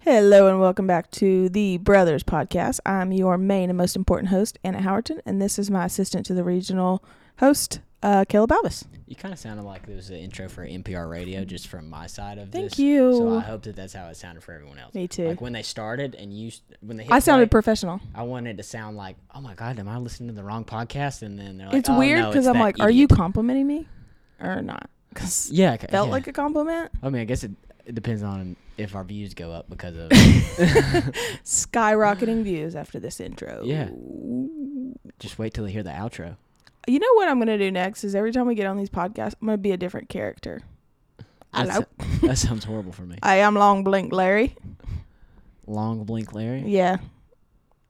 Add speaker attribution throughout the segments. Speaker 1: Hello and welcome back to the Brothers Podcast. I'm your main and most important host, Anna Howerton, and this is my assistant to the regional host, uh, Caleb Alvis.
Speaker 2: You kind of sounded like it was an intro for NPR radio, just from my side of
Speaker 1: Thank
Speaker 2: this.
Speaker 1: you.
Speaker 2: So I hope that that's how it sounded for everyone else.
Speaker 1: Me too.
Speaker 2: Like when they started and you, s- when they hit
Speaker 1: I sounded
Speaker 2: play,
Speaker 1: professional.
Speaker 2: I wanted to sound like, oh my god, am I listening to the wrong podcast? And then they're like,
Speaker 1: it's
Speaker 2: "Oh,
Speaker 1: weird
Speaker 2: no,
Speaker 1: because I'm
Speaker 2: it's that
Speaker 1: like, are you
Speaker 2: idiot."
Speaker 1: complimenting me or not? Because
Speaker 2: Yeah. Okay,
Speaker 1: felt
Speaker 2: yeah.
Speaker 1: like a compliment.
Speaker 2: I mean, I guess it, it depends on if our views go up because of.
Speaker 1: Skyrocketing views after this intro.
Speaker 2: Yeah. just wait till they hear the outro.
Speaker 1: You know what I'm gonna do next is every time we get on these podcasts, I'm gonna be a different character. Hello.
Speaker 2: That's- That sounds horrible for me.
Speaker 1: I am Long Blink Larry.
Speaker 2: Long blink, Larry.
Speaker 1: Yeah.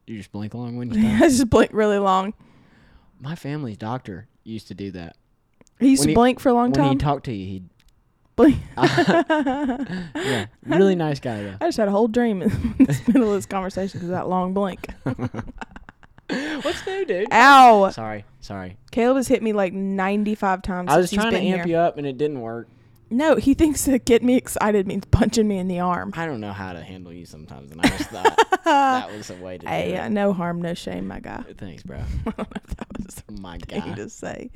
Speaker 2: You just blink long when you
Speaker 1: I
Speaker 2: stop.
Speaker 1: just blink really long.
Speaker 2: My family's doctor used to do that.
Speaker 1: He used
Speaker 2: When
Speaker 1: to
Speaker 2: he-
Speaker 1: blink for a long
Speaker 2: when he
Speaker 1: time.
Speaker 2: talked to you, he'd
Speaker 1: blink.
Speaker 2: yeah, really nice guy though.
Speaker 1: I just had a whole dream in the middle of this conversation because that long blink.
Speaker 2: What's new, dude?
Speaker 1: Ow!
Speaker 2: Sorry, sorry.
Speaker 1: Caleb has hit me like 95 times.
Speaker 2: I was
Speaker 1: since
Speaker 2: trying to
Speaker 1: he's been
Speaker 2: amp
Speaker 1: here.
Speaker 2: you up and it didn't work.
Speaker 1: No, he thinks that get me excited means punching me in the arm.
Speaker 2: I don't know how to handle you sometimes, and I just thought that was a way to. Do
Speaker 1: Hey, uh,
Speaker 2: it.
Speaker 1: no harm, no shame, my guy.
Speaker 2: Thanks, bro.
Speaker 1: I don't know if that was
Speaker 2: My
Speaker 1: the thing
Speaker 2: God.
Speaker 1: to say.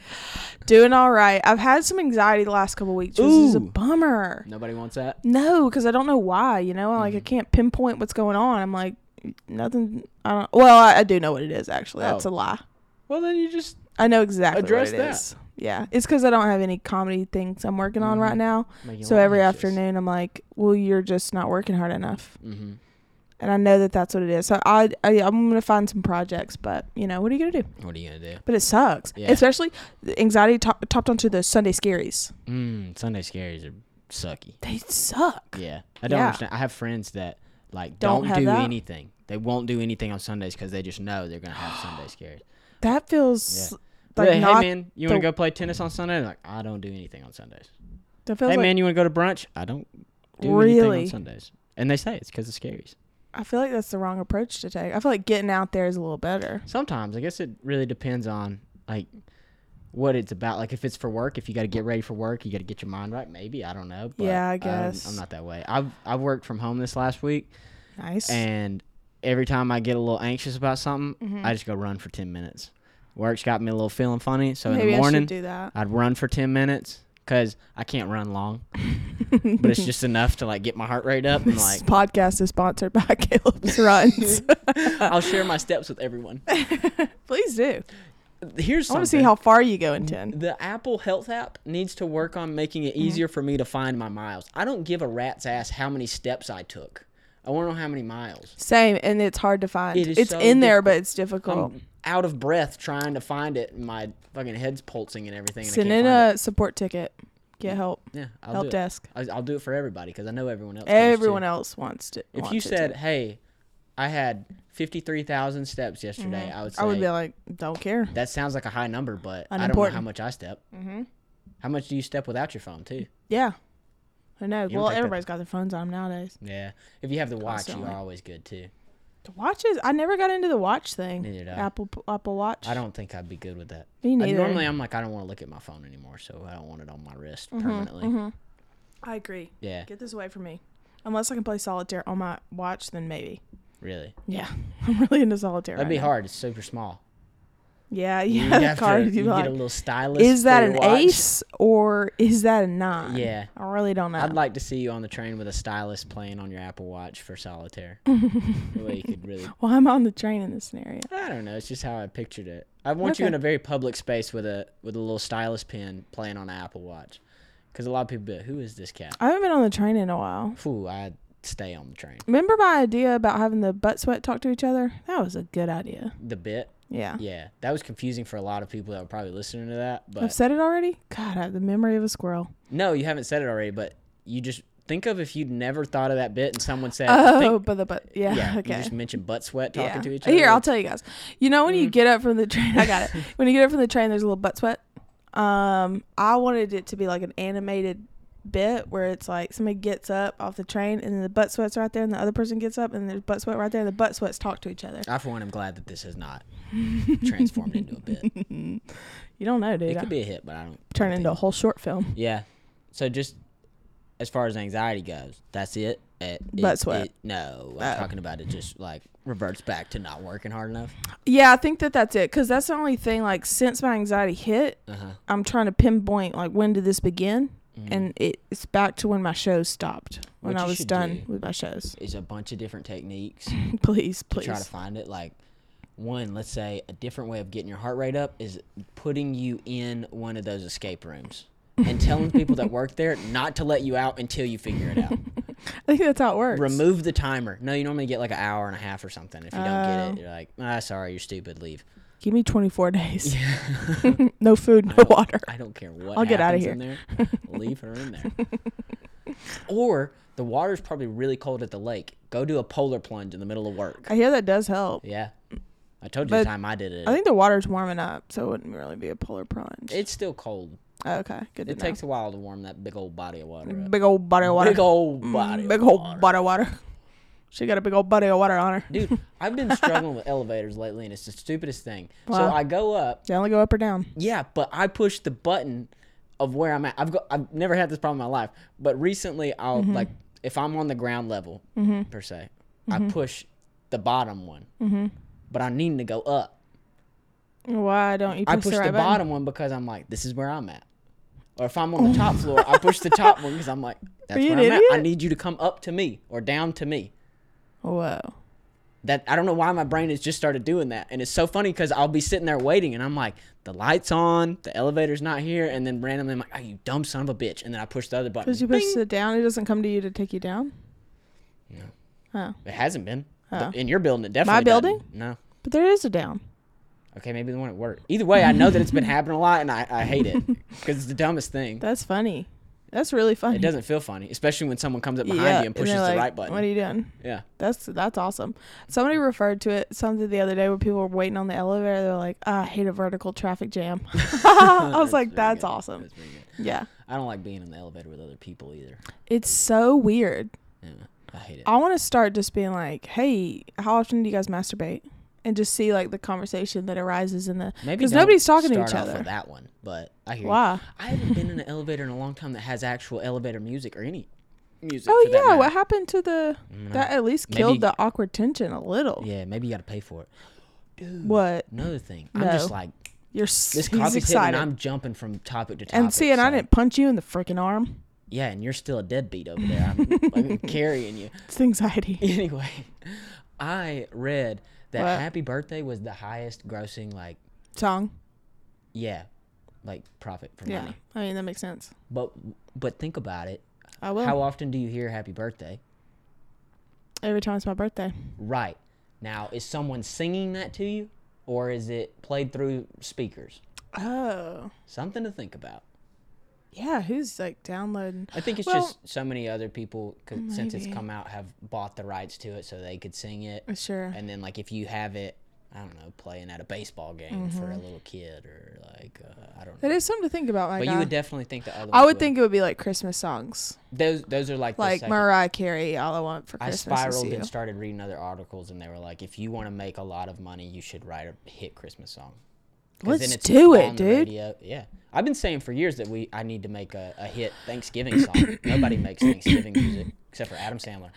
Speaker 1: Doing all right. I've had some anxiety the last couple weeks, which is a
Speaker 2: Ooh.
Speaker 1: bummer.
Speaker 2: Nobody wants that.
Speaker 1: No, because I don't know why. You know, like I
Speaker 2: Mm-hmm.
Speaker 1: can't pinpoint what's going on. I'm like nothing. I don't. Well, I, I do know what it is actually. That's
Speaker 2: Oh.
Speaker 1: a lie.
Speaker 2: Well, then you just
Speaker 1: I know exactly
Speaker 2: Address
Speaker 1: what it
Speaker 2: that.
Speaker 1: is. Yeah, it's because I don't have any comedy things I'm working on
Speaker 2: Mhm.
Speaker 1: right now.
Speaker 2: make
Speaker 1: so every afternoon I'm like, well, you're just not working hard enough,
Speaker 2: Mm-hmm.
Speaker 1: and I know that that's what it is. So I, I I'm gonna find some projects, but you know, what are you gonna do?
Speaker 2: What are you gonna do?
Speaker 1: But it sucks,
Speaker 2: Yeah.
Speaker 1: especially the anxiety top, topped onto the Sunday scaries.
Speaker 2: Mm, Sunday scaries are sucky.
Speaker 1: They suck.
Speaker 2: Yeah, I don't
Speaker 1: Yeah.
Speaker 2: understand. I have friends that like
Speaker 1: Don't
Speaker 2: don't,
Speaker 1: have
Speaker 2: do
Speaker 1: that.
Speaker 2: anything. They won't do anything on Sundays because they just know they're gonna have Sunday scares.
Speaker 1: That feels
Speaker 2: Yeah.
Speaker 1: like
Speaker 2: Like, hey
Speaker 1: not.
Speaker 2: man, you want
Speaker 1: the-
Speaker 2: to go play tennis on Sunday? They're like I don't do anything on Sundays.
Speaker 1: that feels
Speaker 2: Hey
Speaker 1: like
Speaker 2: man, you want to go to brunch? I don't do anything
Speaker 1: really.
Speaker 2: on Sundays. And they say it's because of scaries.
Speaker 1: I feel like that's the wrong approach to take. I feel like getting out there is a little better.
Speaker 2: Sometimes I guess it really depends on like what it's about. Like if it's for work, if you got to get ready for work, you got to get your mind right. Maybe I don't know. But
Speaker 1: Yeah, I
Speaker 2: I'm-
Speaker 1: guess.
Speaker 2: I'm not that way. I've I've worked from home this last week,
Speaker 1: Nice.
Speaker 2: and every time I get a little anxious about something,
Speaker 1: Mhm.
Speaker 2: I just go run for ten minutes. Work's got me a little feeling funny, so
Speaker 1: Maybe
Speaker 2: in the
Speaker 1: I should
Speaker 2: morning
Speaker 1: do that.
Speaker 2: I'd run for ten minutes because I can't run long, but it's just enough to like get my heart rate up and
Speaker 1: This
Speaker 2: like
Speaker 1: podcast is sponsored by Caleb's Runs.
Speaker 2: I'll share my steps with everyone.
Speaker 1: Please do.
Speaker 2: Here's
Speaker 1: I want
Speaker 2: something.
Speaker 1: to see how far you go in 10.
Speaker 2: the Apple Health app needs to work on making
Speaker 1: Mm-hmm.
Speaker 2: it easier for me to find my miles. I don't give a rat's ass how many steps I took. I want to know how many miles.
Speaker 1: Same, and it's hard to find.
Speaker 2: It is
Speaker 1: it's
Speaker 2: so
Speaker 1: in there, but it's difficult.
Speaker 2: I'm out of breath trying to find it. and My fucking head's pulsing and everything. And
Speaker 1: Send
Speaker 2: I
Speaker 1: in
Speaker 2: can't find
Speaker 1: a support ticket. Get help.
Speaker 2: it. Yeah, I'll
Speaker 1: help
Speaker 2: do it.
Speaker 1: desk.
Speaker 2: I- I'll do it for everybody because I know everyone else. does, too.
Speaker 1: Everyone else wants to.
Speaker 2: If
Speaker 1: wants
Speaker 2: you
Speaker 1: it
Speaker 2: said,
Speaker 1: too.
Speaker 2: "Hey, I had fifty-three thousand steps yesterday," I would say
Speaker 1: Mm-hmm. I would be like, don't care.
Speaker 2: that sounds like a high number, but I don't know
Speaker 1: Unimportant.
Speaker 2: how much I step. Mm-hmm. How much do you step without your phone too?
Speaker 1: Yeah. I know.
Speaker 2: don't
Speaker 1: Well,
Speaker 2: take that-
Speaker 1: everybody's got their phones on nowadays.
Speaker 2: Yeah. If you have the watch, you
Speaker 1: Constantly.
Speaker 2: are always good too.
Speaker 1: The watches. I never got into the watch thing.
Speaker 2: Neither did I.
Speaker 1: Apple Apple Watch.
Speaker 2: I don't think I'd be good with that.
Speaker 1: Me
Speaker 2: I-
Speaker 1: neither.
Speaker 2: normally, I'm like, I don't want to look at my phone anymore, so I don't want it on my wrist permanently.
Speaker 1: I agree.
Speaker 2: Yeah,
Speaker 1: mm-hmm. Get this away from me. Unless I can play solitaire on my watch, then maybe.
Speaker 2: really.
Speaker 1: Yeah, I'm really into solitaire.
Speaker 2: That'd
Speaker 1: right
Speaker 2: be
Speaker 1: now.
Speaker 2: hard. It's super small.
Speaker 1: Yeah,
Speaker 2: You
Speaker 1: yeah. the
Speaker 2: have
Speaker 1: card
Speaker 2: to
Speaker 1: you'd be
Speaker 2: you
Speaker 1: like,
Speaker 2: get a little stylus.
Speaker 1: is
Speaker 2: for
Speaker 1: that
Speaker 2: your
Speaker 1: an
Speaker 2: watch.
Speaker 1: ace or is that a nine?
Speaker 2: Yeah.
Speaker 1: I really don't know.
Speaker 2: I'd like to see you on the train with a stylus playing on your Apple Watch for solitaire. the way you could really.
Speaker 1: well, I'm on the train in this scenario.
Speaker 2: I don't know. It's just how I pictured it. I want you
Speaker 1: Okay.
Speaker 2: in a very public space with a with a little stylus pen playing on an Apple Watch, because a lot of people be like, "Who is this cat?"
Speaker 1: I haven't been on the train in a while.
Speaker 2: Phew, I stay on the train.
Speaker 1: Remember my idea about having the butt sweat talk to each other? That was a good idea.
Speaker 2: The bit.
Speaker 1: Yeah.
Speaker 2: Yeah, that was confusing for a lot of people that were probably listening to that.
Speaker 1: I've
Speaker 2: But
Speaker 1: said it already? God, I have the memory of a squirrel.
Speaker 2: no, you haven't said it already. But you just think of if you'd never thought of that bit and someone said,
Speaker 1: Oh,
Speaker 2: think-
Speaker 1: but the butt. Yeah,
Speaker 2: yeah, you
Speaker 1: okay.
Speaker 2: just mentioned butt sweat talking
Speaker 1: Yeah.
Speaker 2: to each other. Mm.
Speaker 1: Here, I'll tell you guys. You know when you get up from the train, I got it. when you get up from the train, there's a little butt sweat. Um, I wanted it to be like an animated bit where it's like somebody gets up off the train and then the butt sweat's right there, and the other person gets up and there's butt sweat right there, and the butt sweats talk to each other.
Speaker 2: I for one am glad that this has not transformed into a bit.
Speaker 1: You don't know, dude.
Speaker 2: It
Speaker 1: I
Speaker 2: could be a hit, but I don't
Speaker 1: turn
Speaker 2: I don't
Speaker 1: into a
Speaker 2: think-
Speaker 1: whole short film.
Speaker 2: Yeah, so just as far as anxiety goes, that's it. It- it-
Speaker 1: Butt sweat.
Speaker 2: it- no, I'm
Speaker 1: Oh.
Speaker 2: talking about it just like reverts back to not working hard enough.
Speaker 1: Yeah, I think that that's it because that's the only thing. Like since my anxiety hit,
Speaker 2: Uh huh.
Speaker 1: I'm trying to pinpoint like when did this begin,
Speaker 2: Mm-hmm.
Speaker 1: and it, it's back to when my shows stopped when
Speaker 2: Mm. What
Speaker 1: I
Speaker 2: you
Speaker 1: was
Speaker 2: should
Speaker 1: done
Speaker 2: do-
Speaker 1: with my shows.
Speaker 2: It's a bunch of different techniques
Speaker 1: please,
Speaker 2: to try to
Speaker 1: please.
Speaker 2: find it. Like one, let's say a different way of getting your heart rate up is putting you in one of those escape rooms and telling people that work there not to let you out until you figure it out.
Speaker 1: I think that's how it works.
Speaker 2: Remove the timer. No, you normally get like an hour and a half or something. If you don't get
Speaker 1: Oh.
Speaker 2: it, you're like, ah, sorry, you're stupid. Leave.
Speaker 1: Give me 24 days. no food, no water.
Speaker 2: I don't care what.
Speaker 1: I'll get outta
Speaker 2: happens In there. Leave her in there. or the water's probably really cold at the lake. Go do a polar plunge in the middle of work.
Speaker 1: I hear that does help.
Speaker 2: Yeah, I told you the
Speaker 1: But
Speaker 2: time I did it.
Speaker 1: I think the water's warming up, so it wouldn't really be a polar plunge.
Speaker 2: it's still cold.
Speaker 1: Oh, okay, good to know.
Speaker 2: It
Speaker 1: Mm-hmm.
Speaker 2: takes a while to warm that big old body of water up.
Speaker 1: big old body of water. Mm,
Speaker 2: Big old body.
Speaker 1: Big
Speaker 2: of
Speaker 1: old
Speaker 2: water.
Speaker 1: body of water. She got a big old body of water on her.
Speaker 2: Dude, I've been struggling with elevators lately, and it's the stupidest thing. So
Speaker 1: Wow.
Speaker 2: I go up.
Speaker 1: They only go up or down.
Speaker 2: Yeah, but I push the button of where I'm at. I've got, I've never had this problem in my life, but recently I'll
Speaker 1: Mm-hmm.
Speaker 2: like if I'm on the ground level per se, I
Speaker 1: Mm-hmm.
Speaker 2: push the bottom one. But I need to go up.
Speaker 1: Why don't you push,
Speaker 2: I push
Speaker 1: the,
Speaker 2: the,
Speaker 1: right button?
Speaker 2: bottom one because I'm like, this is where I'm at. Or if I'm on the top floor, I push the top one because I'm like, that's
Speaker 1: you
Speaker 2: where I'm
Speaker 1: an
Speaker 2: at. I
Speaker 1: idiot?
Speaker 2: need you to come up to me or down to me.
Speaker 1: Whoa.
Speaker 2: that I don't know why my brain has just started doing that. And it's so funny because I'll be sitting there waiting and I'm like, the light's on, the elevator's not here. And then randomly I'm like, oh, you dumb son of a bitch. And then I push the other button.
Speaker 1: Because you push it down, it doesn't come to you to take you down.
Speaker 2: It hasn't been.
Speaker 1: Oh.
Speaker 2: In your building, it definitely.
Speaker 1: building?
Speaker 2: doesn't. No.
Speaker 1: But there is a down.
Speaker 2: Okay, maybe the one at work. Either way, I know that it's been happening a lot and I, I hate it because it's the dumbest thing.
Speaker 1: That's funny. That's really funny.
Speaker 2: It doesn't feel funny, especially when someone comes up behind you and
Speaker 1: they're
Speaker 2: pushes
Speaker 1: like,
Speaker 2: the right button.
Speaker 1: What are you doing?
Speaker 2: yeah.
Speaker 1: That's that's awesome. Somebody referred to it something the other day where people were waiting on the elevator. They're like, "Ah, I hate a vertical traffic jam. I was like,
Speaker 2: pretty
Speaker 1: that's
Speaker 2: good.
Speaker 1: awesome.
Speaker 2: That's pretty good.
Speaker 1: Yeah.
Speaker 2: I don't like being in the elevator with other people either.
Speaker 1: It's so weird.
Speaker 2: Yeah. I hate it.
Speaker 1: I want to start just being like, hey, how often do you guys masturbate? And just see like the conversation that arises in the
Speaker 2: Maybe
Speaker 1: because
Speaker 2: don't
Speaker 1: nobody's talking to
Speaker 2: start
Speaker 1: each
Speaker 2: off
Speaker 1: other.
Speaker 2: With that one, but I hear you.
Speaker 1: Why?
Speaker 2: I haven't been in an elevator in a long time that has actual elevator music or any music.
Speaker 1: Oh
Speaker 2: for that
Speaker 1: yeah,
Speaker 2: matter. Mm-hmm.
Speaker 1: what happened to the that at least killed
Speaker 2: Maybe-
Speaker 1: the awkward tension a little.
Speaker 2: Yeah, maybe you got to pay for it.
Speaker 1: What
Speaker 2: Another thing, I'm just
Speaker 1: No.
Speaker 2: like
Speaker 1: you're s-
Speaker 2: this
Speaker 1: he's
Speaker 2: coffee's hitting, and
Speaker 1: excited
Speaker 2: I'm jumping from topic to topic.
Speaker 1: and see, and I
Speaker 2: so-
Speaker 1: didn't punch you in the freaking arm.
Speaker 2: Yeah, and you're still a deadbeat over there. I'm, I'm carrying you.
Speaker 1: It's anxiety.
Speaker 2: Anyway, I read that
Speaker 1: What?
Speaker 2: Happy Birthday was the highest grossing, like,
Speaker 1: Song.
Speaker 2: yeah, like profit for
Speaker 1: Yeah,
Speaker 2: money.
Speaker 1: I mean that makes sense.
Speaker 2: But but think about it.
Speaker 1: I will
Speaker 2: How often do you hear Happy Birthday?
Speaker 1: every time it's my birthday.
Speaker 2: Right. Now, is someone singing that to you or is it played through speakers?
Speaker 1: Oh
Speaker 2: Something to think about.
Speaker 1: yeah, who's like downloading?
Speaker 2: I think it's
Speaker 1: Well-
Speaker 2: just so many other people, 'cause since it's
Speaker 1: Maybe.
Speaker 2: come out, have bought the rights to it so they could sing it.
Speaker 1: Uh, Sure.
Speaker 2: And then, like, if you have it, I don't know, playing at a baseball game for a little kid or, like, uh, I don't know.
Speaker 1: That Mm-hmm. is something to think about. My
Speaker 2: but
Speaker 1: God.
Speaker 2: you would definitely think the other
Speaker 1: I
Speaker 2: ones
Speaker 1: would think it would be like Christmas songs.
Speaker 2: those those are like the
Speaker 1: like
Speaker 2: second-
Speaker 1: Mariah Carey, all I want for
Speaker 2: I
Speaker 1: Christmas
Speaker 2: spiraled
Speaker 1: is you.
Speaker 2: and started reading other articles, and they were like, if you want to make a lot of money, you should write a hit Christmas song. 'Cause
Speaker 1: Let's do it,
Speaker 2: on the
Speaker 1: dude.
Speaker 2: radio. Yeah, I've been saying for years that we I need to make a, a hit Thanksgiving song. Nobody makes Thanksgiving music except for Adam Sandler.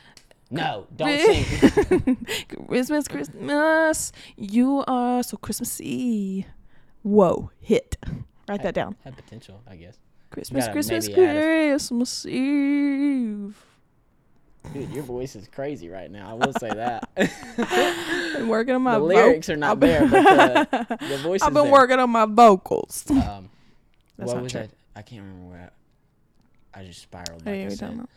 Speaker 2: No, don't sing.
Speaker 1: Christmas, Christmas, you are so Christmassy. Whoa, hit. Write that down.
Speaker 2: Had potential, I guess.
Speaker 1: Christmas,
Speaker 2: gotta
Speaker 1: Christmas,
Speaker 2: maybe add
Speaker 1: Christmas Eve.
Speaker 2: Dude, your voice is crazy right now. I will say that.
Speaker 1: Been working on my
Speaker 2: the
Speaker 1: vo-
Speaker 2: lyrics are not
Speaker 1: I've been-
Speaker 2: there, but the, the voice
Speaker 1: I've
Speaker 2: is
Speaker 1: been
Speaker 2: there.
Speaker 1: working on my vocals.
Speaker 2: Um,
Speaker 1: That's
Speaker 2: what
Speaker 1: not
Speaker 2: was
Speaker 1: true. Oh,
Speaker 2: I? I can't remember where. I, I just spiraled.
Speaker 1: What
Speaker 2: Like
Speaker 1: are
Speaker 2: I
Speaker 1: you
Speaker 2: said.
Speaker 1: talking about?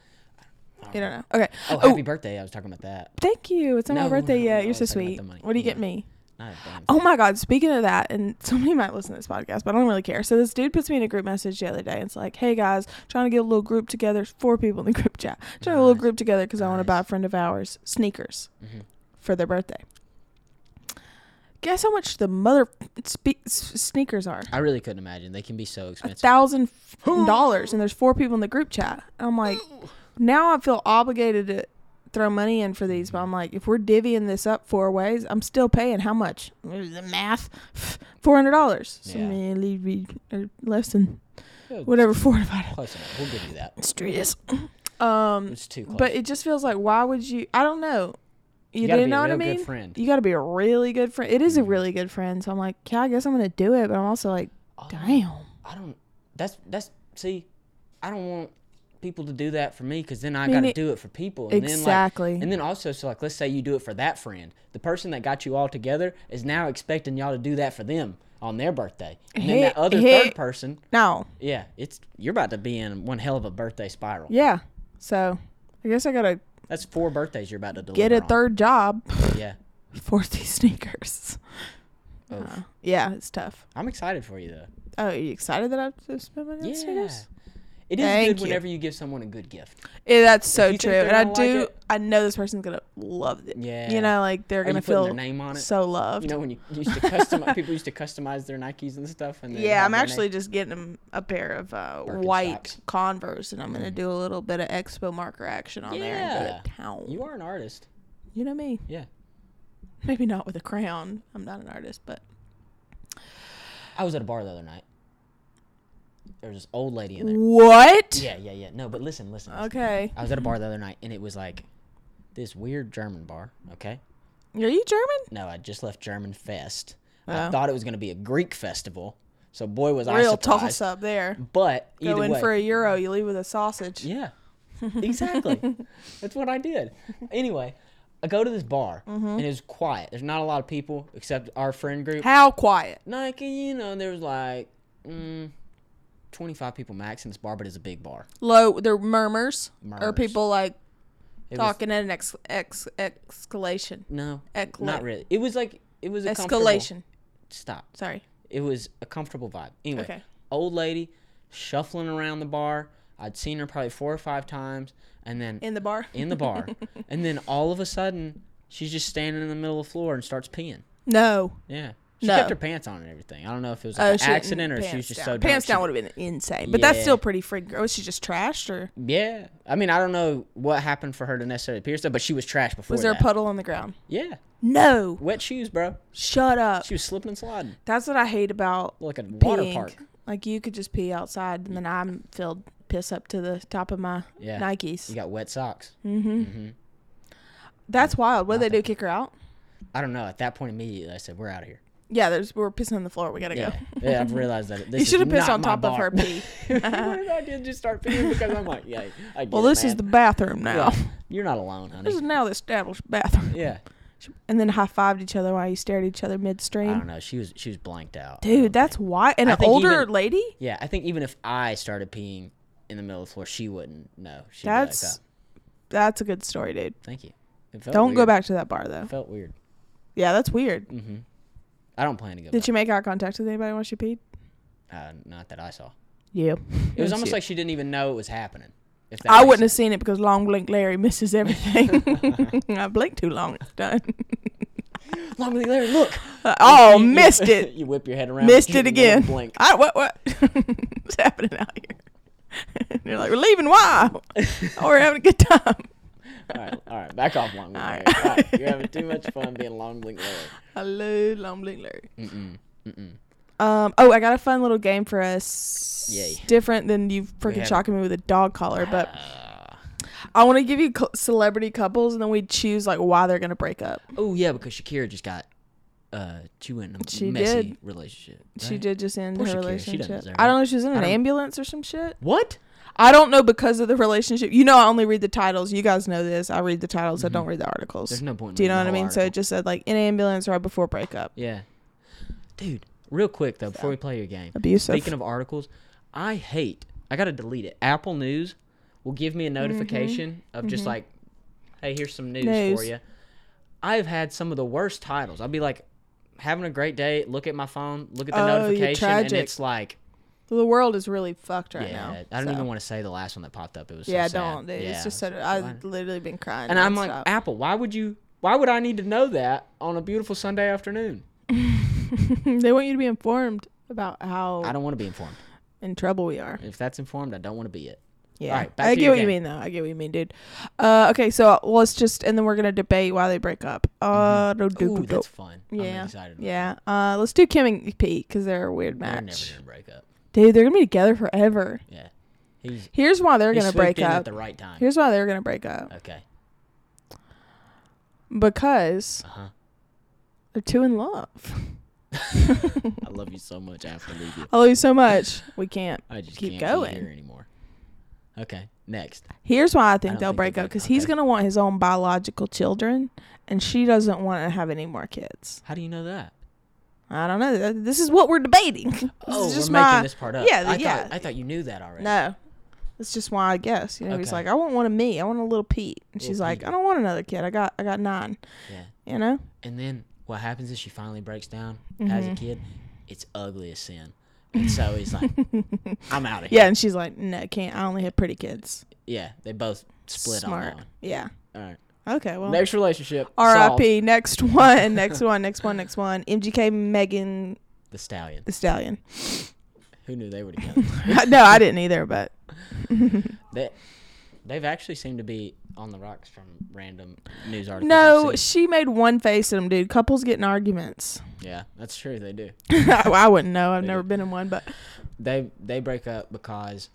Speaker 1: You don't know. Okay.
Speaker 2: Oh, happy birthday! I was talking about that.
Speaker 1: Thank you. It's not
Speaker 2: No,
Speaker 1: my birthday
Speaker 2: no,
Speaker 1: yet.
Speaker 2: no,
Speaker 1: You're so
Speaker 2: it's like about the
Speaker 1: sweet.
Speaker 2: money.
Speaker 1: What do you
Speaker 2: Yeah.
Speaker 1: get me?
Speaker 2: Not a damn
Speaker 1: Oh
Speaker 2: thing.
Speaker 1: my God, speaking of that, and somebody might listen to this podcast, but I don't really care. So this dude puts me in a group message the other day. And it's like, hey guys, trying to get a little group together. Four people in the group chat. Trying to get a little
Speaker 2: Nice.
Speaker 1: group together because I want to buy
Speaker 2: Nice.
Speaker 1: a friend of ours sneakers
Speaker 2: Mhm.
Speaker 1: for their birthday. Guess how much the mother spe- s- sneakers are?
Speaker 2: I really couldn't imagine. They can be so
Speaker 1: A
Speaker 2: expensive.
Speaker 1: thousand f- dollars. And there's four people in the group chat. And I'm like, now I feel obligated to throw money in for these, but I'm like, if we're divvying this up four ways, I'm still paying how much? The math, four hundred dollars. So
Speaker 2: Yeah.
Speaker 1: man, leave me uh, less than whatever fortified
Speaker 2: Close enough. We'll give you that.
Speaker 1: street is. Um,
Speaker 2: It's too close.
Speaker 1: but it just feels like why would you? I don't know. You,
Speaker 2: you gotta
Speaker 1: didn't
Speaker 2: be
Speaker 1: know
Speaker 2: a
Speaker 1: what I
Speaker 2: real
Speaker 1: mean.
Speaker 2: good friend. Mm-hmm.
Speaker 1: You got to be a really good friend. It is a really good friend. So I'm like, yeah, I guess I'm gonna do it. But I'm also like,
Speaker 2: Oh,
Speaker 1: damn.
Speaker 2: I don't. That's that's. See, I don't want people to do that for me because then I,
Speaker 1: mean,
Speaker 2: gotta
Speaker 1: it-
Speaker 2: do it for people. And
Speaker 1: Exactly.
Speaker 2: Then like, and then also, so like, let's say you do it for that friend. The person that got you all together is now expecting y'all to do that for them on their birthday. And then that
Speaker 1: Heh,
Speaker 2: other
Speaker 1: heh.
Speaker 2: third person,
Speaker 1: No.
Speaker 2: yeah, it's you're about to be in one hell of a birthday spiral.
Speaker 1: Yeah. So I guess I gotta
Speaker 2: That's four birthdays you're about to deliver.
Speaker 1: get a
Speaker 2: on.
Speaker 1: third job
Speaker 2: Yeah.
Speaker 1: for these sneakers.
Speaker 2: Oof.
Speaker 1: Uh, yeah, it's tough.
Speaker 2: I'm excited for you though.
Speaker 1: Oh, are you excited that I have to spend money on
Speaker 2: Yeah.
Speaker 1: sneakers?
Speaker 2: It is
Speaker 1: Thank
Speaker 2: good
Speaker 1: you.
Speaker 2: whenever you give someone a good gift.
Speaker 1: Yeah, that's so
Speaker 2: you think
Speaker 1: true.
Speaker 2: they're
Speaker 1: And I
Speaker 2: gonna like
Speaker 1: do.
Speaker 2: it-
Speaker 1: I know this person's gonna love it.
Speaker 2: Yeah.
Speaker 1: You know, like they're
Speaker 2: Are you
Speaker 1: gonna
Speaker 2: putting
Speaker 1: feel
Speaker 2: their name on it?
Speaker 1: so loved.
Speaker 2: You know when you used to customize people used to customize their Nikes and stuff and then
Speaker 1: yeah,
Speaker 2: have
Speaker 1: I'm
Speaker 2: their
Speaker 1: actually
Speaker 2: name-
Speaker 1: just getting him a pair of uh, white
Speaker 2: Birkenstocks. Mm.
Speaker 1: Converse, and I'm gonna do a little bit of expo marker action on there and go to town.
Speaker 2: You are an artist.
Speaker 1: you know me.
Speaker 2: Yeah.
Speaker 1: Maybe not with a crayon. I'm not an artist, but
Speaker 2: I was at a bar the other night. There was this old lady in there.
Speaker 1: what?
Speaker 2: Yeah, Uh, yeah, yeah. No, but listen, listen. listen.
Speaker 1: Okay.
Speaker 2: I was at a bar the other night and it was like this weird German bar, okay?
Speaker 1: Are you German?
Speaker 2: No, I just left German Fest. I
Speaker 1: Oh.
Speaker 2: thought it was going to be a Greek festival. So boy was I
Speaker 1: Real
Speaker 2: surprised.
Speaker 1: toss up there.
Speaker 2: But either
Speaker 1: Go in
Speaker 2: way,
Speaker 1: for a euro, you leave with a sausage.
Speaker 2: Yeah, exactly. That's what I did. Anyway, I go to this bar
Speaker 1: Mm-hmm.
Speaker 2: and it's quiet. There's not a lot of people except our friend group.
Speaker 1: How quiet?
Speaker 2: Nike, you know, there was like mm, 25 people max in this bar, but it's a big bar.
Speaker 1: Low. There are murmurs, or
Speaker 2: Murmurs.
Speaker 1: people like
Speaker 2: It was-
Speaker 1: talking at an ex, ex escalation.
Speaker 2: no,
Speaker 1: Eclat-
Speaker 2: not really. It was like it was a comfortable-
Speaker 1: Escalation.
Speaker 2: Stop.
Speaker 1: Sorry.
Speaker 2: It was a comfortable vibe. Anyway,
Speaker 1: Okay.
Speaker 2: old lady shuffling around the bar. I'd seen her probably four or five times, and then
Speaker 1: In the bar.
Speaker 2: in the bar, and then all of a sudden, she's just standing in the middle of the floor and starts peeing.
Speaker 1: No.
Speaker 2: Yeah, she
Speaker 1: No.
Speaker 2: kept her pants on and everything. I don't know if it was
Speaker 1: Oh,
Speaker 2: like
Speaker 1: she
Speaker 2: an
Speaker 1: didn't-
Speaker 2: accident or if she was
Speaker 1: pants
Speaker 2: just
Speaker 1: down.
Speaker 2: so drunk
Speaker 1: pants
Speaker 2: she-
Speaker 1: down would have been insane, but that's
Speaker 2: Yeah.
Speaker 1: still pretty freaking. gr- Was she just trashed, or
Speaker 2: Yeah, I mean, I don't know what happened for her to necessarily pierce that, but she was trash before.
Speaker 1: was there
Speaker 2: that.
Speaker 1: a puddle on the ground?
Speaker 2: Yeah,
Speaker 1: No.
Speaker 2: wet shoes, bro.
Speaker 1: Shut up.
Speaker 2: She was slipping and sliding
Speaker 1: That's what I hate about
Speaker 2: like a water
Speaker 1: peeing.
Speaker 2: park.
Speaker 1: Like you could just pee outside, and then I'm filled piss up to the top of my
Speaker 2: Yeah.
Speaker 1: Nikes.
Speaker 2: You got wet socks.
Speaker 1: Hmm. That's wild. What did they do? Kick her out?
Speaker 2: I don't know. At that point, immediately, I said, "We're out of here."
Speaker 1: Yeah, there's we're pissing on the floor. We gotta
Speaker 2: Yeah,
Speaker 1: go.
Speaker 2: yeah. I've realized that. This
Speaker 1: You should have
Speaker 2: is
Speaker 1: pissed
Speaker 2: not
Speaker 1: on
Speaker 2: my
Speaker 1: top of
Speaker 2: bar.
Speaker 1: her pee.
Speaker 2: what did I do? Just start peeing because I'm like, yeah. I get
Speaker 1: Well,
Speaker 2: it,
Speaker 1: this is
Speaker 2: man.
Speaker 1: the bathroom now.
Speaker 2: Yeah, You're not alone,
Speaker 1: This is
Speaker 2: honey.
Speaker 1: now the established bathroom.
Speaker 2: Yeah.
Speaker 1: And then high fived each other while you stared at each other
Speaker 2: I
Speaker 1: midstream.
Speaker 2: don't know. She was she was blanked out.
Speaker 1: Dude, that's why. And
Speaker 2: I
Speaker 1: an
Speaker 2: think
Speaker 1: older
Speaker 2: even-
Speaker 1: lady.
Speaker 2: Yeah, I think even if I started peeing in the middle of the floor, she wouldn't know. She'd
Speaker 1: That's
Speaker 2: be like, "Oh,
Speaker 1: that's a good story, dude.
Speaker 2: thank you. It felt
Speaker 1: Don't go
Speaker 2: weird. Mm-hmm.
Speaker 1: back to that bar though.
Speaker 2: It felt weird.
Speaker 1: Yeah, that's weird.
Speaker 2: I don't plan to go.
Speaker 1: Did you make eye contact with anybody while she peed?
Speaker 2: back. Uh, not that I saw.
Speaker 1: Yeah.
Speaker 2: It was almost like she didn't even know it was happening. If that
Speaker 1: I
Speaker 2: makes
Speaker 1: wouldn't have
Speaker 2: sense.
Speaker 1: seen it because long blink Larry misses everything. I blinked too long. It's done.
Speaker 2: Long Legged Larry, look.
Speaker 1: oh,
Speaker 2: You- you-
Speaker 1: missed it.
Speaker 2: you whip your head around.
Speaker 1: Missed
Speaker 2: you
Speaker 1: it
Speaker 2: give them a
Speaker 1: again.
Speaker 2: Blink.
Speaker 1: I, what? What? What's happening out here? They're like, we're leaving. Why? oh, we're having a good time.
Speaker 2: All right, all right. Back off, Long Legged Larry.
Speaker 1: right.
Speaker 2: All right, You're having too much fun being Long Legged Larry.
Speaker 1: Hello, long blink Larry.
Speaker 2: Mm-mm. Mm-mm.
Speaker 1: Um. Oh, I got a fun little game for us.
Speaker 2: Yay.
Speaker 1: Different than you freaking
Speaker 2: haven't-
Speaker 1: shocking me with a dog collar, but
Speaker 2: Uh,
Speaker 1: I want to give you cou- celebrity couples, and then we choose like why they're gonna break up.
Speaker 2: oh yeah, because Shakira just got. Uh, she went in a
Speaker 1: She
Speaker 2: messy
Speaker 1: did.
Speaker 2: relationship.
Speaker 1: She
Speaker 2: right?
Speaker 1: did just end
Speaker 2: Poor
Speaker 1: her
Speaker 2: Shakira, she doesn't
Speaker 1: relationship.
Speaker 2: deserve
Speaker 1: I don't
Speaker 2: it.
Speaker 1: know. She was in
Speaker 2: I
Speaker 1: an
Speaker 2: don't-
Speaker 1: ambulance or some shit.
Speaker 2: What?
Speaker 1: I don't know because of the relationship. You know, I only read the titles. You guys know this. I read the titles. I don't read the articles.
Speaker 2: Mm-hmm. There's no point. in
Speaker 1: Do you
Speaker 2: reading
Speaker 1: know
Speaker 2: the
Speaker 1: what I
Speaker 2: whole
Speaker 1: mean? So
Speaker 2: article.
Speaker 1: it just said like in ambulance right before breakup.
Speaker 2: Yeah. Dude, real quick though, before we play your game.
Speaker 1: Abusive.
Speaker 2: Speaking of articles, I hate I gotta delete it. Apple News will give me a notification of just like, hey, here's some news, for
Speaker 1: Mm-hmm. News.
Speaker 2: you. I've had some of the worst titles. I'll be like, having a great day, look at my phone, look at the
Speaker 1: Oh, you're
Speaker 2: notification, and
Speaker 1: tragic.
Speaker 2: it's like
Speaker 1: the world is really fucked right
Speaker 2: yeah,
Speaker 1: now.
Speaker 2: I don't
Speaker 1: so.
Speaker 2: even want to say the last one that popped up. It was so
Speaker 1: yeah,
Speaker 2: sad.
Speaker 1: don't. Dude.
Speaker 2: Yeah.
Speaker 1: It's just so. I've literally been crying.
Speaker 2: and I'm like,
Speaker 1: nonstop.
Speaker 2: Apple, why would you why would I need to know that on a beautiful Sunday afternoon?
Speaker 1: they want you to be informed about how
Speaker 2: I don't want to be informed.
Speaker 1: in trouble we are.
Speaker 2: If that's informed, I don't want to be it.
Speaker 1: Yeah,
Speaker 2: All right, back
Speaker 1: I
Speaker 2: to
Speaker 1: get
Speaker 2: your
Speaker 1: what you
Speaker 2: game.
Speaker 1: mean though. I get what you mean, dude. Uh, okay, so let's just and then we're gonna debate why they break up. Uh, do do, do,
Speaker 2: Mm-hmm. Ooh,
Speaker 1: do.
Speaker 2: that's fun.
Speaker 1: yeah,
Speaker 2: I'm excited.
Speaker 1: yeah. Uh, let's do Kim and Pete because they're a weird
Speaker 2: They're
Speaker 1: match.
Speaker 2: never gonna break up.
Speaker 1: Dude, they're gonna be together forever.
Speaker 2: Yeah. He's
Speaker 1: Here's why they're
Speaker 2: he
Speaker 1: gonna
Speaker 2: swooped
Speaker 1: break
Speaker 2: in
Speaker 1: up.
Speaker 2: at the right time.
Speaker 1: Here's why they're gonna break up.
Speaker 2: okay.
Speaker 1: Because
Speaker 2: Uh huh.
Speaker 1: they're too in love.
Speaker 2: I love you so much. I have to leave you.
Speaker 1: I love you so much. We can't.
Speaker 2: I just
Speaker 1: Keep
Speaker 2: can't
Speaker 1: going.
Speaker 2: be here anymore. Okay. Next.
Speaker 1: Here's why I think
Speaker 2: don't
Speaker 1: they'll
Speaker 2: think
Speaker 1: break
Speaker 2: they'll
Speaker 1: up
Speaker 2: break-
Speaker 1: because he's
Speaker 2: okay.
Speaker 1: gonna want his own biological children, and she doesn't want to have any more kids.
Speaker 2: How do you know that?
Speaker 1: I don't know. Th- This is what we're debating. This
Speaker 2: oh,
Speaker 1: is just
Speaker 2: we're making
Speaker 1: my-
Speaker 2: this part up.
Speaker 1: Yeah,
Speaker 2: I thought,
Speaker 1: yeah.
Speaker 2: I thought you knew that already.
Speaker 1: No, that's just why I guess. You know, he's
Speaker 2: Okay.
Speaker 1: like, I want one of me. I want a little Pete, and she's
Speaker 2: Little
Speaker 1: like,
Speaker 2: Pete.
Speaker 1: I don't want another kid. I got, I got nine.
Speaker 2: Yeah.
Speaker 1: You know,
Speaker 2: And then what happens is she finally breaks down as a
Speaker 1: Mm-hmm.
Speaker 2: kid. It's ugly as sin. And so he's like, I'm out of here.
Speaker 1: yeah. And she's like, No, can't. I only have pretty kids.
Speaker 2: Yeah. They both split on that
Speaker 1: Smart.
Speaker 2: one.
Speaker 1: Yeah.
Speaker 2: All right.
Speaker 1: Okay. Well.
Speaker 2: Next relationship. Saul,
Speaker 1: R.I.P. Next one. Next one. Next one. Next one. MGK Megan
Speaker 2: The stallion.
Speaker 1: the Stallion.
Speaker 2: Who knew they were together?
Speaker 1: no, I didn't either, but
Speaker 2: they, they've actually seemed to be on the rocks from random news articles. I've
Speaker 1: No,
Speaker 2: seen.
Speaker 1: she made one face at him, dude. Couples get in arguments.
Speaker 2: Yeah, that's true. They do.
Speaker 1: I wouldn't know. I've never been in one, but
Speaker 2: They they break up because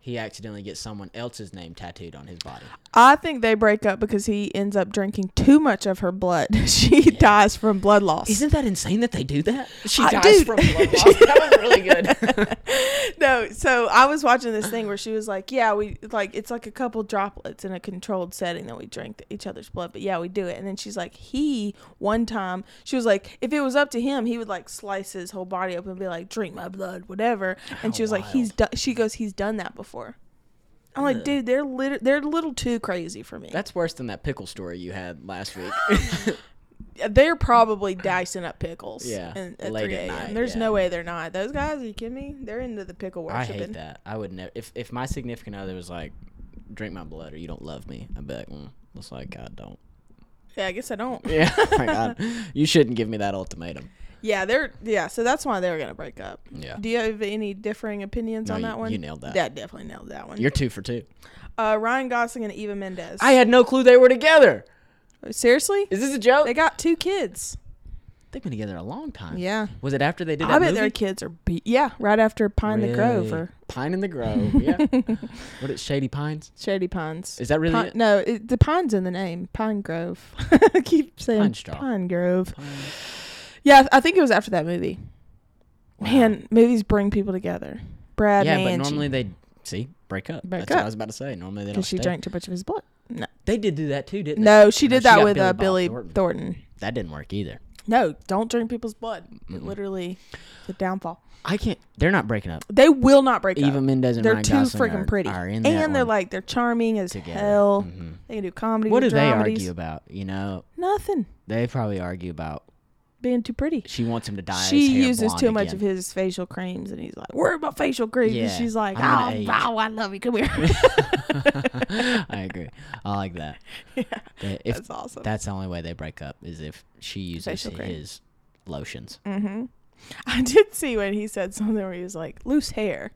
Speaker 2: he accidentally gets someone else's name tattooed on his body.
Speaker 1: I think they break up because he ends up drinking too much of her blood. she dies from blood loss.
Speaker 2: Isn't that insane that they do that? She
Speaker 1: I-
Speaker 2: dies
Speaker 1: dude.
Speaker 2: from blood loss. that was really good.
Speaker 1: no, so I was watching this thing where she was like, "Yeah, we like it's like a couple droplets in a controlled setting that we drink each other's blood, but yeah, we do it." And then she's like, "He one time, she was like, if it was up to him, he would like slice his whole body open and be like, drink my blood, whatever." And she was like, "He's do-, she goes, he's done that before." I'm like, dude, they're lit- they're a little too crazy for me.
Speaker 2: That's worse than that pickle story you had last week.
Speaker 1: they're probably dicing up pickles.
Speaker 2: Yeah,
Speaker 1: in, at
Speaker 2: late at
Speaker 1: 3 a.m.
Speaker 2: night,
Speaker 1: There's
Speaker 2: yeah.
Speaker 1: no way they're not. Those guys, are you kidding me? They're into the pickle
Speaker 2: I
Speaker 1: worshiping.
Speaker 2: hate that. I would never. If if my significant other was like, "Drink my blood," or "You don't love me," I'd be like, mm. "It's like God don't."
Speaker 1: Yeah, I guess I don't.
Speaker 2: Yeah, my God, you shouldn't give me that ultimatum.
Speaker 1: Yeah, they're yeah. So that's why they were gonna break up.
Speaker 2: Yeah.
Speaker 1: Do you have any differing opinions
Speaker 2: No,
Speaker 1: on
Speaker 2: you-
Speaker 1: that one?
Speaker 2: you nailed that.
Speaker 1: Yeah, definitely nailed that one.
Speaker 2: You're two for two.
Speaker 1: uh, Ryan Gosling and Eva Mendes. Oh,
Speaker 2: I had no clue they were together.
Speaker 1: seriously,
Speaker 2: Is this a joke?
Speaker 1: they got two kids.
Speaker 2: They've been together a long time.
Speaker 1: Yeah.
Speaker 2: Was it after they did that
Speaker 1: I bet
Speaker 2: movie?
Speaker 1: their kids are beat. Yeah, right after Pine the Grove
Speaker 2: Really?
Speaker 1: or
Speaker 2: Pine in the Grove. Yeah. what is Shady Pines?
Speaker 1: Shady Pines.
Speaker 2: Is that really
Speaker 1: Pine-
Speaker 2: it?
Speaker 1: no, it, the pine's in the name. Pine Grove. I keep saying
Speaker 2: Pine straw.
Speaker 1: Pine Grove.
Speaker 2: Pine-
Speaker 1: Yeah, I think it was after that movie.
Speaker 2: Wow.
Speaker 1: Man, movies bring people together. Brad
Speaker 2: yeah,
Speaker 1: and
Speaker 2: but
Speaker 1: Angie.
Speaker 2: normally they see break up.
Speaker 1: Break
Speaker 2: That's what
Speaker 1: up.
Speaker 2: I was about to say. Normally they don't.
Speaker 1: because she
Speaker 2: stay.
Speaker 1: drank too much of his blood. No,
Speaker 2: They did do that too, didn't they?
Speaker 1: no, she
Speaker 2: No,
Speaker 1: did
Speaker 2: she
Speaker 1: that
Speaker 2: got
Speaker 1: with
Speaker 2: Billy
Speaker 1: uh,
Speaker 2: Bob
Speaker 1: Billy
Speaker 2: Thornton.
Speaker 1: Thornton.
Speaker 2: That didn't work either.
Speaker 1: No, don't drink people's blood. It literally the downfall.
Speaker 2: I can't. They're not breaking up.
Speaker 1: They will not break
Speaker 2: Eva
Speaker 1: up.
Speaker 2: Mendes and
Speaker 1: They're
Speaker 2: Ryan
Speaker 1: too
Speaker 2: Gosling
Speaker 1: freaking
Speaker 2: are-
Speaker 1: pretty,
Speaker 2: are in
Speaker 1: and
Speaker 2: that
Speaker 1: they're
Speaker 2: one
Speaker 1: like they're charming as
Speaker 2: together.
Speaker 1: hell.
Speaker 2: Mhm.
Speaker 1: They can do comedy.
Speaker 2: What do
Speaker 1: do
Speaker 2: they
Speaker 1: dramedies.
Speaker 2: argue about? You know,
Speaker 1: Nothing.
Speaker 2: they probably argue about
Speaker 1: Being too pretty.
Speaker 2: she wants him to dye.
Speaker 1: She
Speaker 2: his hair
Speaker 1: uses
Speaker 2: blonde
Speaker 1: too much
Speaker 2: again.
Speaker 1: of his facial creams, and he's like, "Worry about facial creams."
Speaker 2: Yeah,
Speaker 1: And she's like, oh,
Speaker 2: I'm gonna age.
Speaker 1: "Oh, I love you. Come here."
Speaker 2: I agree. I like that. Yeah, if
Speaker 1: That's awesome.
Speaker 2: That's the only way they break up is if she uses
Speaker 1: Facial cream.
Speaker 2: his lotions.
Speaker 1: Mm. I did see when he said something where he was like, "Loose hair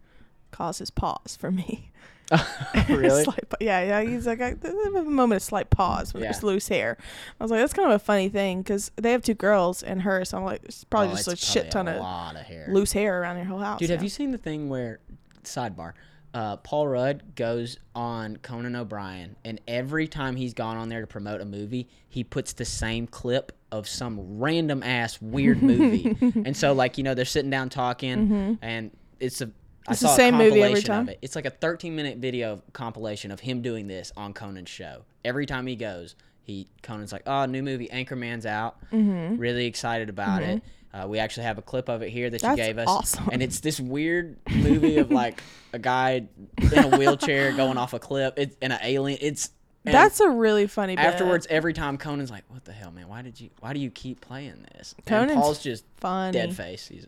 Speaker 1: causes pause for me."
Speaker 2: really?
Speaker 1: Slight pa- yeah, yeah. He's like, I, th- they have a moment of slight pause when
Speaker 2: Yeah.
Speaker 1: there's loose hair. I was like, that's kind of a funny thing because they have two girls and her, so I'm like, it's probably
Speaker 2: Oh,
Speaker 1: just a
Speaker 2: it's
Speaker 1: shit ton
Speaker 2: probably
Speaker 1: of
Speaker 2: a lot of hair.
Speaker 1: loose hair around your whole house.
Speaker 2: Dude, have
Speaker 1: now.
Speaker 2: you seen the thing where sidebar? Uh, Paul Rudd goes on Conan O'Brien, and every time he's gone on there to promote a movie, he puts the same clip of some random ass weird movie. and so, like you know, they're sitting down talking, and it's a I
Speaker 1: Mm-hmm. It's the
Speaker 2: saw
Speaker 1: same
Speaker 2: a
Speaker 1: movie every
Speaker 2: compilation
Speaker 1: time?
Speaker 2: of it. It's like a 13 minute video compilation of him doing this on Conan's show. Every time he goes, he Conan's like, "Oh, new movie, Anchorman's out.
Speaker 1: Mm-hmm.
Speaker 2: Really excited about it. Uh, we actually have a clip of it here that
Speaker 1: That's
Speaker 2: you gave us,
Speaker 1: awesome.
Speaker 2: and it's this weird movie of like a guy in a wheelchair going off a cliff it, and an alien. It's and
Speaker 1: That's a really funny. bit.
Speaker 2: afterwards every time Conan's like, "What the hell, man? Why did you? Why do you keep playing this?" and
Speaker 1: Conan's
Speaker 2: Paul's just
Speaker 1: funny.
Speaker 2: dead face. He's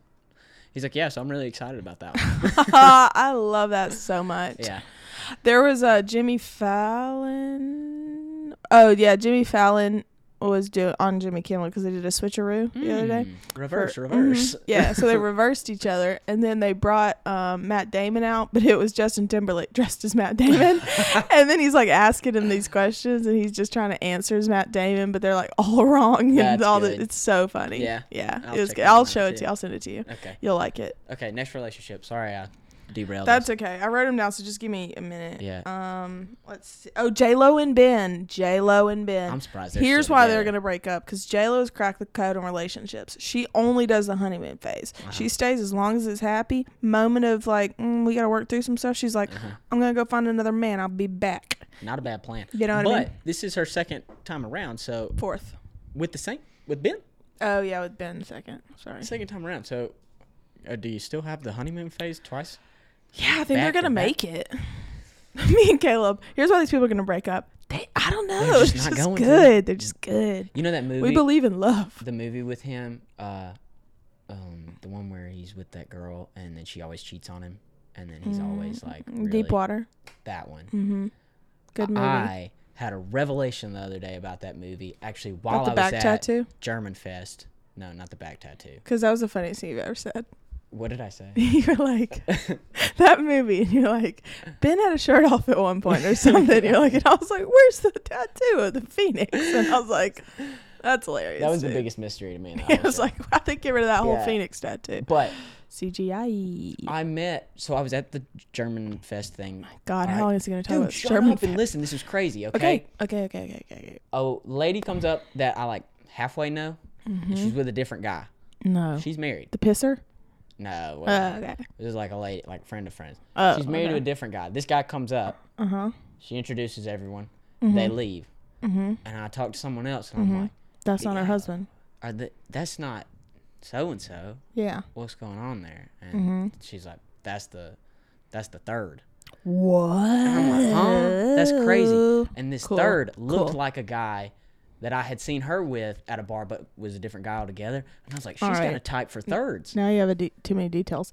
Speaker 2: he's like, "Yeah, so I'm really excited about that." One.
Speaker 1: I love that so much.
Speaker 2: yeah,
Speaker 1: There was uh, Jimmy Fallon. Oh yeah, Jimmy Fallon was do- on Jimmy Kimmel because they did a switcheroo the other day.
Speaker 2: Mm, reverse, reverse.
Speaker 1: mm-hmm. Yeah, so they reversed each other, and then they brought um, Matt Damon out, but it was Justin Timberlake dressed as Matt Damon, and then he's like asking him these questions, and he's just trying to answer as Matt Damon, but they're like all wrong, and
Speaker 2: That's
Speaker 1: all
Speaker 2: good.
Speaker 1: the, it's so funny.
Speaker 2: Yeah,
Speaker 1: yeah,
Speaker 2: I'll
Speaker 1: it was.
Speaker 2: check
Speaker 1: good.
Speaker 2: that one
Speaker 1: I'll
Speaker 2: out
Speaker 1: show it
Speaker 2: too.
Speaker 1: to you. I'll send it to you.
Speaker 2: Okay,
Speaker 1: You'll like it.
Speaker 2: okay. Next relationship. Sorry, I derailed.
Speaker 1: That's
Speaker 2: us.
Speaker 1: okay. I wrote them down, so just give me a minute.
Speaker 2: Yeah.
Speaker 1: Um. Let's see. Oh, J Lo and Ben. J Lo and Ben.
Speaker 2: I'm surprised. They're
Speaker 1: Here's
Speaker 2: still
Speaker 1: why
Speaker 2: together.
Speaker 1: they're gonna break up because J Lo's cracked the code on relationships. She only does the honeymoon phase.
Speaker 2: Uh-huh.
Speaker 1: She stays as long as it's happy. Moment of like, mm, we gotta work through some stuff. She's
Speaker 2: Uh-huh.
Speaker 1: like, I'm gonna go find another man. I'll be back.
Speaker 2: Not a bad plan.
Speaker 1: You know what I
Speaker 2: but
Speaker 1: mean?
Speaker 2: this is her second time around. So
Speaker 1: Fourth.
Speaker 2: with the same with Ben,
Speaker 1: Oh yeah, with Ben second. Sorry.
Speaker 2: second time around. So uh, do you still have the honeymoon phase twice?
Speaker 1: Yeah, I think they're
Speaker 2: Back to
Speaker 1: gonna
Speaker 2: back.
Speaker 1: make it. Me and Caleb. Here's why these people are gonna break up. They, I don't know. They're
Speaker 2: just
Speaker 1: just,
Speaker 2: not going to.
Speaker 1: good. They're just good.
Speaker 2: You know that movie.
Speaker 1: We believe in love.
Speaker 2: the movie with him, uh, um, the one where he's with that girl and then she always cheats on him, and then he's always like really,
Speaker 1: Mm-hmm. Deep mm-hmm, water.
Speaker 2: That one.
Speaker 1: Good movie.
Speaker 2: I had a revelation the other day about that movie. Actually, while
Speaker 1: About the
Speaker 2: I was
Speaker 1: back
Speaker 2: at
Speaker 1: tattoo?
Speaker 2: German Fest. No, not the back tattoo.
Speaker 1: Because that was the funniest thing you've ever said.
Speaker 2: What did I say?
Speaker 1: you're like that movie, and you're like Ben had a shirt off at one point or something. you're like, and I was like, "Where's the tattoo of the phoenix?" And I was like, "That's hilarious."
Speaker 2: that was the
Speaker 1: dude."
Speaker 2: biggest mystery to me. in the
Speaker 1: I
Speaker 2: whole
Speaker 1: was
Speaker 2: thing.
Speaker 1: like, "I think get rid of that whole
Speaker 2: Yeah.
Speaker 1: phoenix tattoo."
Speaker 2: but
Speaker 1: CGI.
Speaker 2: I met. So I was at the German Fest thing.
Speaker 1: Oh God, how
Speaker 2: Alright.
Speaker 1: long is it gonna take?
Speaker 2: Dude,
Speaker 1: about
Speaker 2: shut
Speaker 1: German
Speaker 2: up and listen. This is crazy. Okay.
Speaker 1: Okay. Okay. Okay. Okay. Okay. okay.
Speaker 2: Oh, lady comes up that I like halfway know,
Speaker 1: Mm-hmm.
Speaker 2: and she's with a different guy.
Speaker 1: No.
Speaker 2: She's married.
Speaker 1: The pisser.
Speaker 2: No. it
Speaker 1: Uh,
Speaker 2: wasn't.
Speaker 1: okay.
Speaker 2: This is like a lady, like friend of friends.
Speaker 1: Oh,
Speaker 2: She's married to
Speaker 1: okay.
Speaker 2: a different guy. This guy comes up.
Speaker 1: Uh huh.
Speaker 2: She introduces everyone. They
Speaker 1: Mm-hmm.
Speaker 2: leave. And I talk to someone else, and I'm like,
Speaker 1: That's not her husband.
Speaker 2: Are the, that's not so and so.
Speaker 1: Yeah.
Speaker 2: What's going on there? And
Speaker 1: Mm-hmm.
Speaker 2: she's like, that's the that's the third. I'm
Speaker 1: What?
Speaker 2: like, huh? That's crazy. And this
Speaker 1: Oh, Cool.
Speaker 2: third looked
Speaker 1: Cool.
Speaker 2: like a guy that I had seen her with at a bar, but was a different guy altogether. And I was like, she's got
Speaker 1: Alright.
Speaker 2: a type for thirds.
Speaker 1: Now you have a de- too many details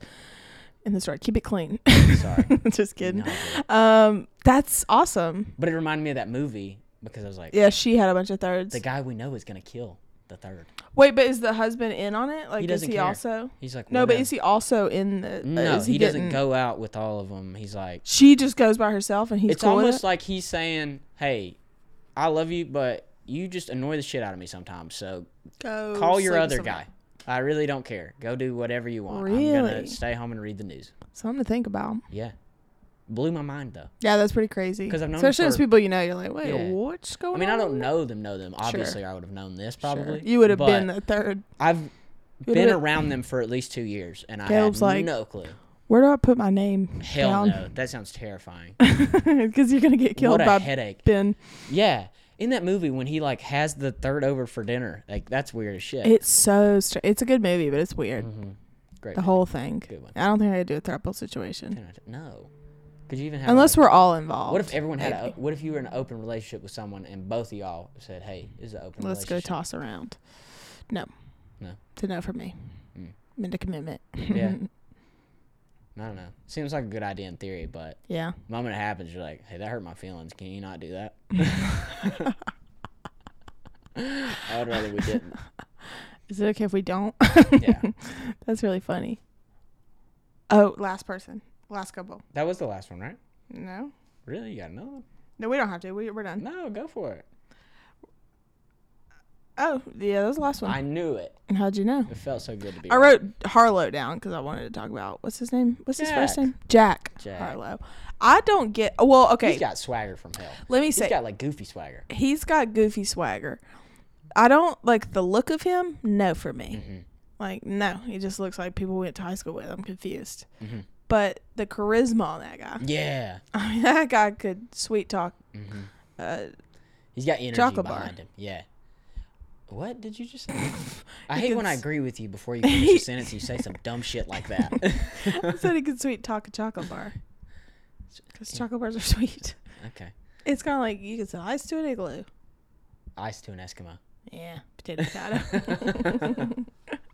Speaker 1: in the story. Keep it clean.
Speaker 2: Sorry.
Speaker 1: Just kidding.
Speaker 2: No, I didn't.
Speaker 1: Um, that's awesome.
Speaker 2: but it reminded me of that movie because I was like,
Speaker 1: Yeah, she had a bunch of thirds.
Speaker 2: the guy we know is gonna kill the third.
Speaker 1: Wait, but is the husband in on it? Like, is
Speaker 2: doesn't
Speaker 1: he
Speaker 2: care.
Speaker 1: also?
Speaker 2: He's like,
Speaker 1: No,
Speaker 2: "What
Speaker 1: but
Speaker 2: a-"
Speaker 1: is he also in the? uh,
Speaker 2: no,
Speaker 1: is
Speaker 2: he, doesn't
Speaker 1: getting-
Speaker 2: go out with all of them. He's like,
Speaker 1: She just goes by herself, and he's
Speaker 2: it's
Speaker 1: cool with
Speaker 2: almost like he's saying, "Hey, I love you, but you just annoy the shit out of me sometimes. So
Speaker 1: it? Go
Speaker 2: call
Speaker 1: sleep
Speaker 2: your
Speaker 1: with
Speaker 2: other
Speaker 1: someone.
Speaker 2: guy. I really don't care. Go do whatever you want. I'm
Speaker 1: Really?
Speaker 2: gonna stay home and read the news.
Speaker 1: Something to think about.
Speaker 2: Yeah, blew my mind though.
Speaker 1: Yeah, that's pretty crazy.
Speaker 2: 'Cause I've known him
Speaker 1: especially as
Speaker 2: for-
Speaker 1: people you know, you're like, wait,
Speaker 2: Yeah.
Speaker 1: what's going
Speaker 2: I
Speaker 1: on?
Speaker 2: mean, I don't know them, know them. Obviously, I would have known this
Speaker 1: Sure.
Speaker 2: probably.
Speaker 1: You would have
Speaker 2: but
Speaker 1: been the third.
Speaker 2: I've
Speaker 1: would've
Speaker 2: been,
Speaker 1: been-
Speaker 2: around them for at least two years, and I
Speaker 1: Caleb's
Speaker 2: had
Speaker 1: like,
Speaker 2: no clue.
Speaker 1: Where do I put my name?
Speaker 2: Hell
Speaker 1: down?
Speaker 2: no, that sounds terrifying.
Speaker 1: Because you're gonna get killed
Speaker 2: what a
Speaker 1: by
Speaker 2: headache.
Speaker 1: Ben.
Speaker 2: Yeah. In that movie when he like has the third over for dinner, like that's weird as shit.
Speaker 1: It's so str- it's a good movie, but it's weird.
Speaker 2: Mm-hmm. Great.
Speaker 1: The whole thing.
Speaker 2: Good one.
Speaker 1: I don't think I could do a throuple situation
Speaker 2: no. Could you even have
Speaker 1: unless
Speaker 2: like-
Speaker 1: we're all involved.
Speaker 2: What if everyone had a,
Speaker 1: maybe.
Speaker 2: what if you were in an open relationship with someone and both of y'all said, "Hey, this is an open
Speaker 1: Let's go
Speaker 2: relationship."
Speaker 1: toss around. No.
Speaker 2: No.
Speaker 1: To no for me.
Speaker 2: Mm.
Speaker 1: I'm into commitment.
Speaker 2: Yeah. I don't know. Seems like a good idea in theory, but
Speaker 1: Yeah.
Speaker 2: the moment it happens, you're like, "Hey, that hurt my feelings. Can you not do that?" I would rather we didn't.
Speaker 1: Is it okay if we don't?
Speaker 2: Yeah.
Speaker 1: That's really funny. Oh, last person. Last couple.
Speaker 2: That was the last one, right?
Speaker 1: No.
Speaker 2: Really? You got another one?
Speaker 1: No, we don't have to. We, we're done.
Speaker 2: No, go for it.
Speaker 1: Oh, yeah, that was the last one.
Speaker 2: I knew it.
Speaker 1: And How'd you know?
Speaker 2: It felt so good to be
Speaker 1: I
Speaker 2: right.
Speaker 1: wrote Harlow down because I wanted to talk about what's his name? What's his first
Speaker 2: Jack.
Speaker 1: name? Jack,
Speaker 2: Jack.
Speaker 1: Harlow. I don't get. Well, okay.
Speaker 2: He's got swagger from hell.
Speaker 1: let me
Speaker 2: He's
Speaker 1: say,
Speaker 2: got like goofy swagger.
Speaker 1: he's got goofy swagger. I don't like the look of him. No, for me.
Speaker 2: Mm-hmm.
Speaker 1: Like, no, he just looks like people went to high school with. I'm confused.
Speaker 2: Mm-hmm.
Speaker 1: But the charisma on that guy.
Speaker 2: Yeah.
Speaker 1: I mean, that guy could sweet talk.
Speaker 2: Mm-hmm.
Speaker 1: Uh,
Speaker 2: He's got energy
Speaker 1: Chocolate bar.
Speaker 2: behind him. Yeah. What did you just say? I hate when I
Speaker 1: Because-
Speaker 2: agree with you before you finish your sentence. and You say some dumb shit like that.
Speaker 1: I said he could sweet talk a chocolate bar. Because chocolate bars are sweet.
Speaker 2: okay.
Speaker 1: It's kind of like you could sell ice to an igloo.
Speaker 2: Ice to an Eskimo.
Speaker 1: Yeah, potato potato.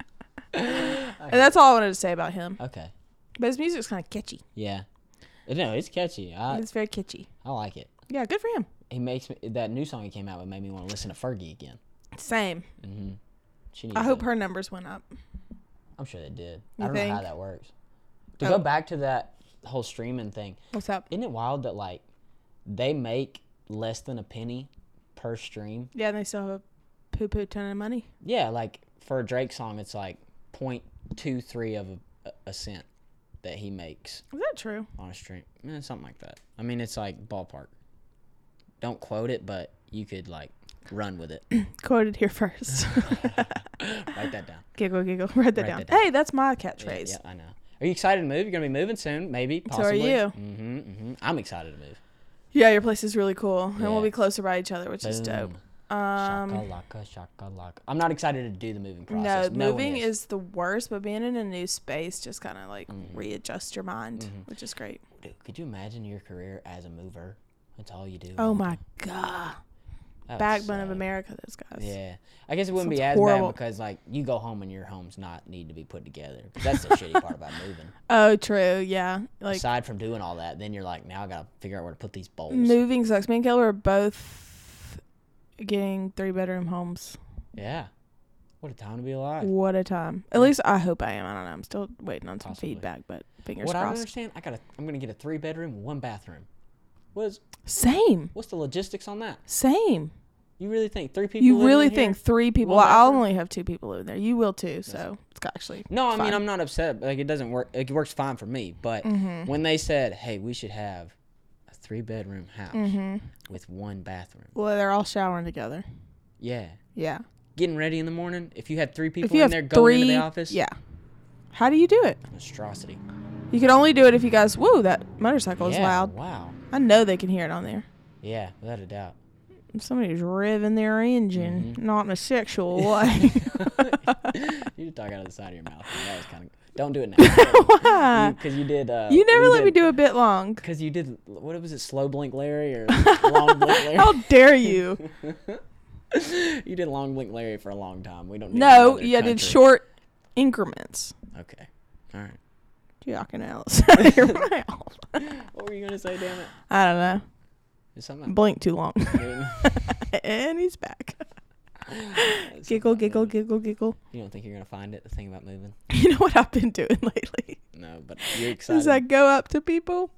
Speaker 1: and that's all I wanted to say about him.
Speaker 2: Okay.
Speaker 1: But his music's kind of catchy.
Speaker 2: Yeah. No, it's catchy. I
Speaker 1: It's very catchy.
Speaker 2: I like it.
Speaker 1: Yeah, good for him.
Speaker 2: He makes me that new song he came out with made me want to listen to Fergie again. Mm-hmm.
Speaker 1: Same.
Speaker 2: She needs
Speaker 1: I hope
Speaker 2: it.
Speaker 1: her numbers went up.
Speaker 2: I'm sure they did.
Speaker 1: You
Speaker 2: I don't know how
Speaker 1: think?
Speaker 2: that works. To
Speaker 1: Oh.
Speaker 2: go back to that whole streaming thing,
Speaker 1: What's up?
Speaker 2: isn't it wild that like they make less than a penny per stream?
Speaker 1: Yeah, and they still have a poo poo ton of money.
Speaker 2: Yeah, like for a Drake song, it's like 0.23 of a, a cent. that he makes
Speaker 1: Is that true?
Speaker 2: on a stream. Eh, something like that. I mean, it's like ballpark. Don't quote it, but you could like run with it.
Speaker 1: Quoted here first.
Speaker 2: Write that down.
Speaker 1: giggle, giggle. Write that,
Speaker 2: Write
Speaker 1: down.
Speaker 2: that down.
Speaker 1: Hey, that's my
Speaker 2: Yeah,
Speaker 1: catchphrase.
Speaker 2: yeah, I know. Are you excited to move? You're gonna be moving soon, maybe.
Speaker 1: So are
Speaker 2: Possibly.
Speaker 1: you.
Speaker 2: hmm hmm I'm excited to move.
Speaker 1: Yeah, your place is really cool, and
Speaker 2: Yeah.
Speaker 1: we'll be closer by each other, which is dope.
Speaker 2: Boom.
Speaker 1: Um,
Speaker 2: Shakalaka, shakalaka. I'm not excited to do the moving
Speaker 1: no,
Speaker 2: process. No, one
Speaker 1: moving is. Mm-hmm. the worst, but being in a new space just kind of like readjust your mind, which is great.
Speaker 2: Dude, could you imagine your career as a mover? That's all you do.
Speaker 1: Oh
Speaker 2: all
Speaker 1: my
Speaker 2: day.
Speaker 1: god,
Speaker 2: That would
Speaker 1: backbone of
Speaker 2: suck.
Speaker 1: America, those guys.
Speaker 2: Yeah, I guess it wouldn't be
Speaker 1: Sounds
Speaker 2: as
Speaker 1: horrible.
Speaker 2: bad because like you go home and your home's not need to be put together. 'Cause That's the shitty part about moving.
Speaker 1: Oh, true. Yeah, like
Speaker 2: Aside from doing all that, then you're like, now I gotta figure out where to put these bowls.
Speaker 1: moving sucks. Me and Kayla are both getting three bedroom homes.
Speaker 2: Yeah, what a time to be alive.
Speaker 1: What a time! At least I hope I am. I don't know. I'm still waiting on some
Speaker 2: Possibly.
Speaker 1: feedback, but fingers
Speaker 2: What I don't
Speaker 1: crossed.
Speaker 2: understand, I gotta, I'm gonna get a three bedroom, one bathroom. What is,
Speaker 1: Same,
Speaker 2: what's the logistics on that?
Speaker 1: same.
Speaker 2: You really think three people?
Speaker 1: You
Speaker 2: living
Speaker 1: really
Speaker 2: in here?
Speaker 1: think three people?
Speaker 2: One
Speaker 1: Well, I'll
Speaker 2: bathroom?
Speaker 1: only have two people living there. You will too. So it's actually
Speaker 2: No, I
Speaker 1: fine.
Speaker 2: mean I'm not upset. Like it doesn't work. It works fine for me. But
Speaker 1: Mm-hmm.
Speaker 2: when they said, "Hey, we should have a three bedroom house
Speaker 1: Mm-hmm.
Speaker 2: with one bathroom,"
Speaker 1: Well, they're all showering together.
Speaker 2: yeah,
Speaker 1: Yeah.
Speaker 2: getting ready in the morning. If you had three people
Speaker 1: If you
Speaker 2: in
Speaker 1: have
Speaker 2: there going
Speaker 1: three,
Speaker 2: into the office,
Speaker 1: yeah. How do you do it?
Speaker 2: monstrosity.
Speaker 1: You can only do it if you guys. Whoa, that motorcycle is
Speaker 2: yeah,
Speaker 1: loud.
Speaker 2: Wow.
Speaker 1: I know they can hear it on there.
Speaker 2: Yeah, without a doubt.
Speaker 1: Somebody's revving their engine,
Speaker 2: Mm-hmm.
Speaker 1: not in a sexual way.
Speaker 2: you just talk out of the side of your mouth. That was kind of. Don't do it now.
Speaker 1: Why?
Speaker 2: Because you, did. Uh,
Speaker 1: You never let me do a bit long.
Speaker 2: Because you did. What was it? Slow blink, Larry, or long blink, Larry?
Speaker 1: How dare you?
Speaker 2: you did long blink, Larry, for a long time. We don't. Need
Speaker 1: No,
Speaker 2: another
Speaker 1: yeah, I did
Speaker 2: country.
Speaker 1: short increments.
Speaker 2: Okay. All right.
Speaker 1: Jocking Alice out of your mouth.
Speaker 2: What were you gonna say? Damn it.
Speaker 1: I don't know.
Speaker 2: It's something.
Speaker 1: Blink too long.
Speaker 2: I didn't-
Speaker 1: and he's back.
Speaker 2: it's
Speaker 1: Giggle,
Speaker 2: something
Speaker 1: giggle,
Speaker 2: about moving.
Speaker 1: giggle, giggle.
Speaker 2: You don't think you're gonna find it? The thing about moving.
Speaker 1: You know what I've been doing lately?
Speaker 2: No, but you're excited.
Speaker 1: Is I go up to people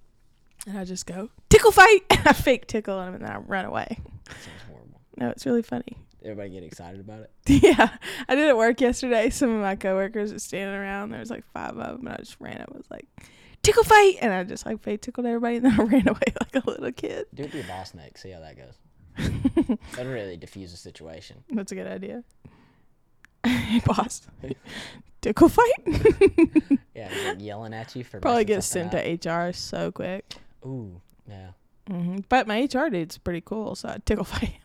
Speaker 1: and I just go, tickle fight! And I fake tickle them and then I run away.
Speaker 2: That sounds horrible.
Speaker 1: No, it's really funny.
Speaker 2: Everybody get excited about it.
Speaker 1: Yeah, I did it at work yesterday. Some of my coworkers were standing around. There was like five of them, and I just ran up. and was like, "Tickle fight!" And I just like fake tickled everybody, and then I ran away like a little kid.
Speaker 2: Do it to your boss next. See how that goes. that really diffuse the situation.
Speaker 1: That's a good idea. hey, boss, tickle fight.
Speaker 2: Yeah, he's like yelling at you for
Speaker 1: Probably
Speaker 2: messing
Speaker 1: get sent
Speaker 2: something up.
Speaker 1: to HR so quick.
Speaker 2: Ooh, yeah.
Speaker 1: hmm But my HR dude's pretty cool, so I tickle fight.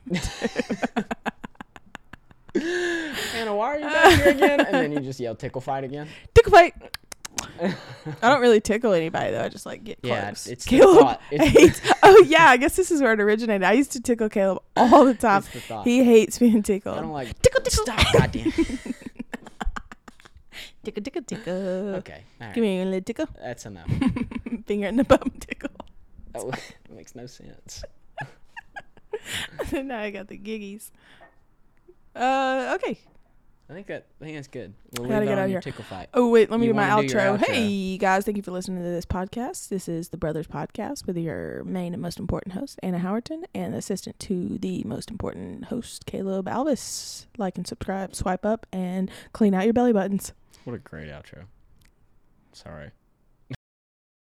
Speaker 2: Anna, why are you back here again? And then you just yell tickle fight again.
Speaker 1: Tickle fight. I don't really tickle anybody though. I just like get
Speaker 2: Yeah,
Speaker 1: close.
Speaker 2: it's the
Speaker 1: Caleb
Speaker 2: thought. It's-
Speaker 1: hates. oh yeah, I guess this is where it originated. I used to tickle Caleb all the time.
Speaker 2: It's the thought.
Speaker 1: He hates being
Speaker 2: I don't
Speaker 1: tickled.
Speaker 2: like
Speaker 1: Tickle, tickle.
Speaker 2: Stop, goddamn.
Speaker 1: Tickle, tickle, tickle.
Speaker 2: Okay, all right.
Speaker 1: Give me a little tickle.
Speaker 2: That's enough.
Speaker 1: Finger in the bum tickle.
Speaker 2: That w- makes no sense.
Speaker 1: now I got the giggies. Uh, okay.
Speaker 2: I think that I think that's good. We'll
Speaker 1: Gotta
Speaker 2: leave
Speaker 1: get
Speaker 2: it
Speaker 1: out
Speaker 2: on
Speaker 1: of
Speaker 2: your
Speaker 1: here.
Speaker 2: tickle fight.
Speaker 1: Oh wait, let me
Speaker 2: You
Speaker 1: do my
Speaker 2: wanna do your
Speaker 1: outro.
Speaker 2: outro.
Speaker 1: Hey guys, thank you for listening to this podcast. This is the Brothers Podcast with your main and most important host Anna Howerton and assistant to the most important host Caleb Alvis. Like and subscribe, swipe up, and clean out your belly buttons.
Speaker 2: What a great outro. Sorry.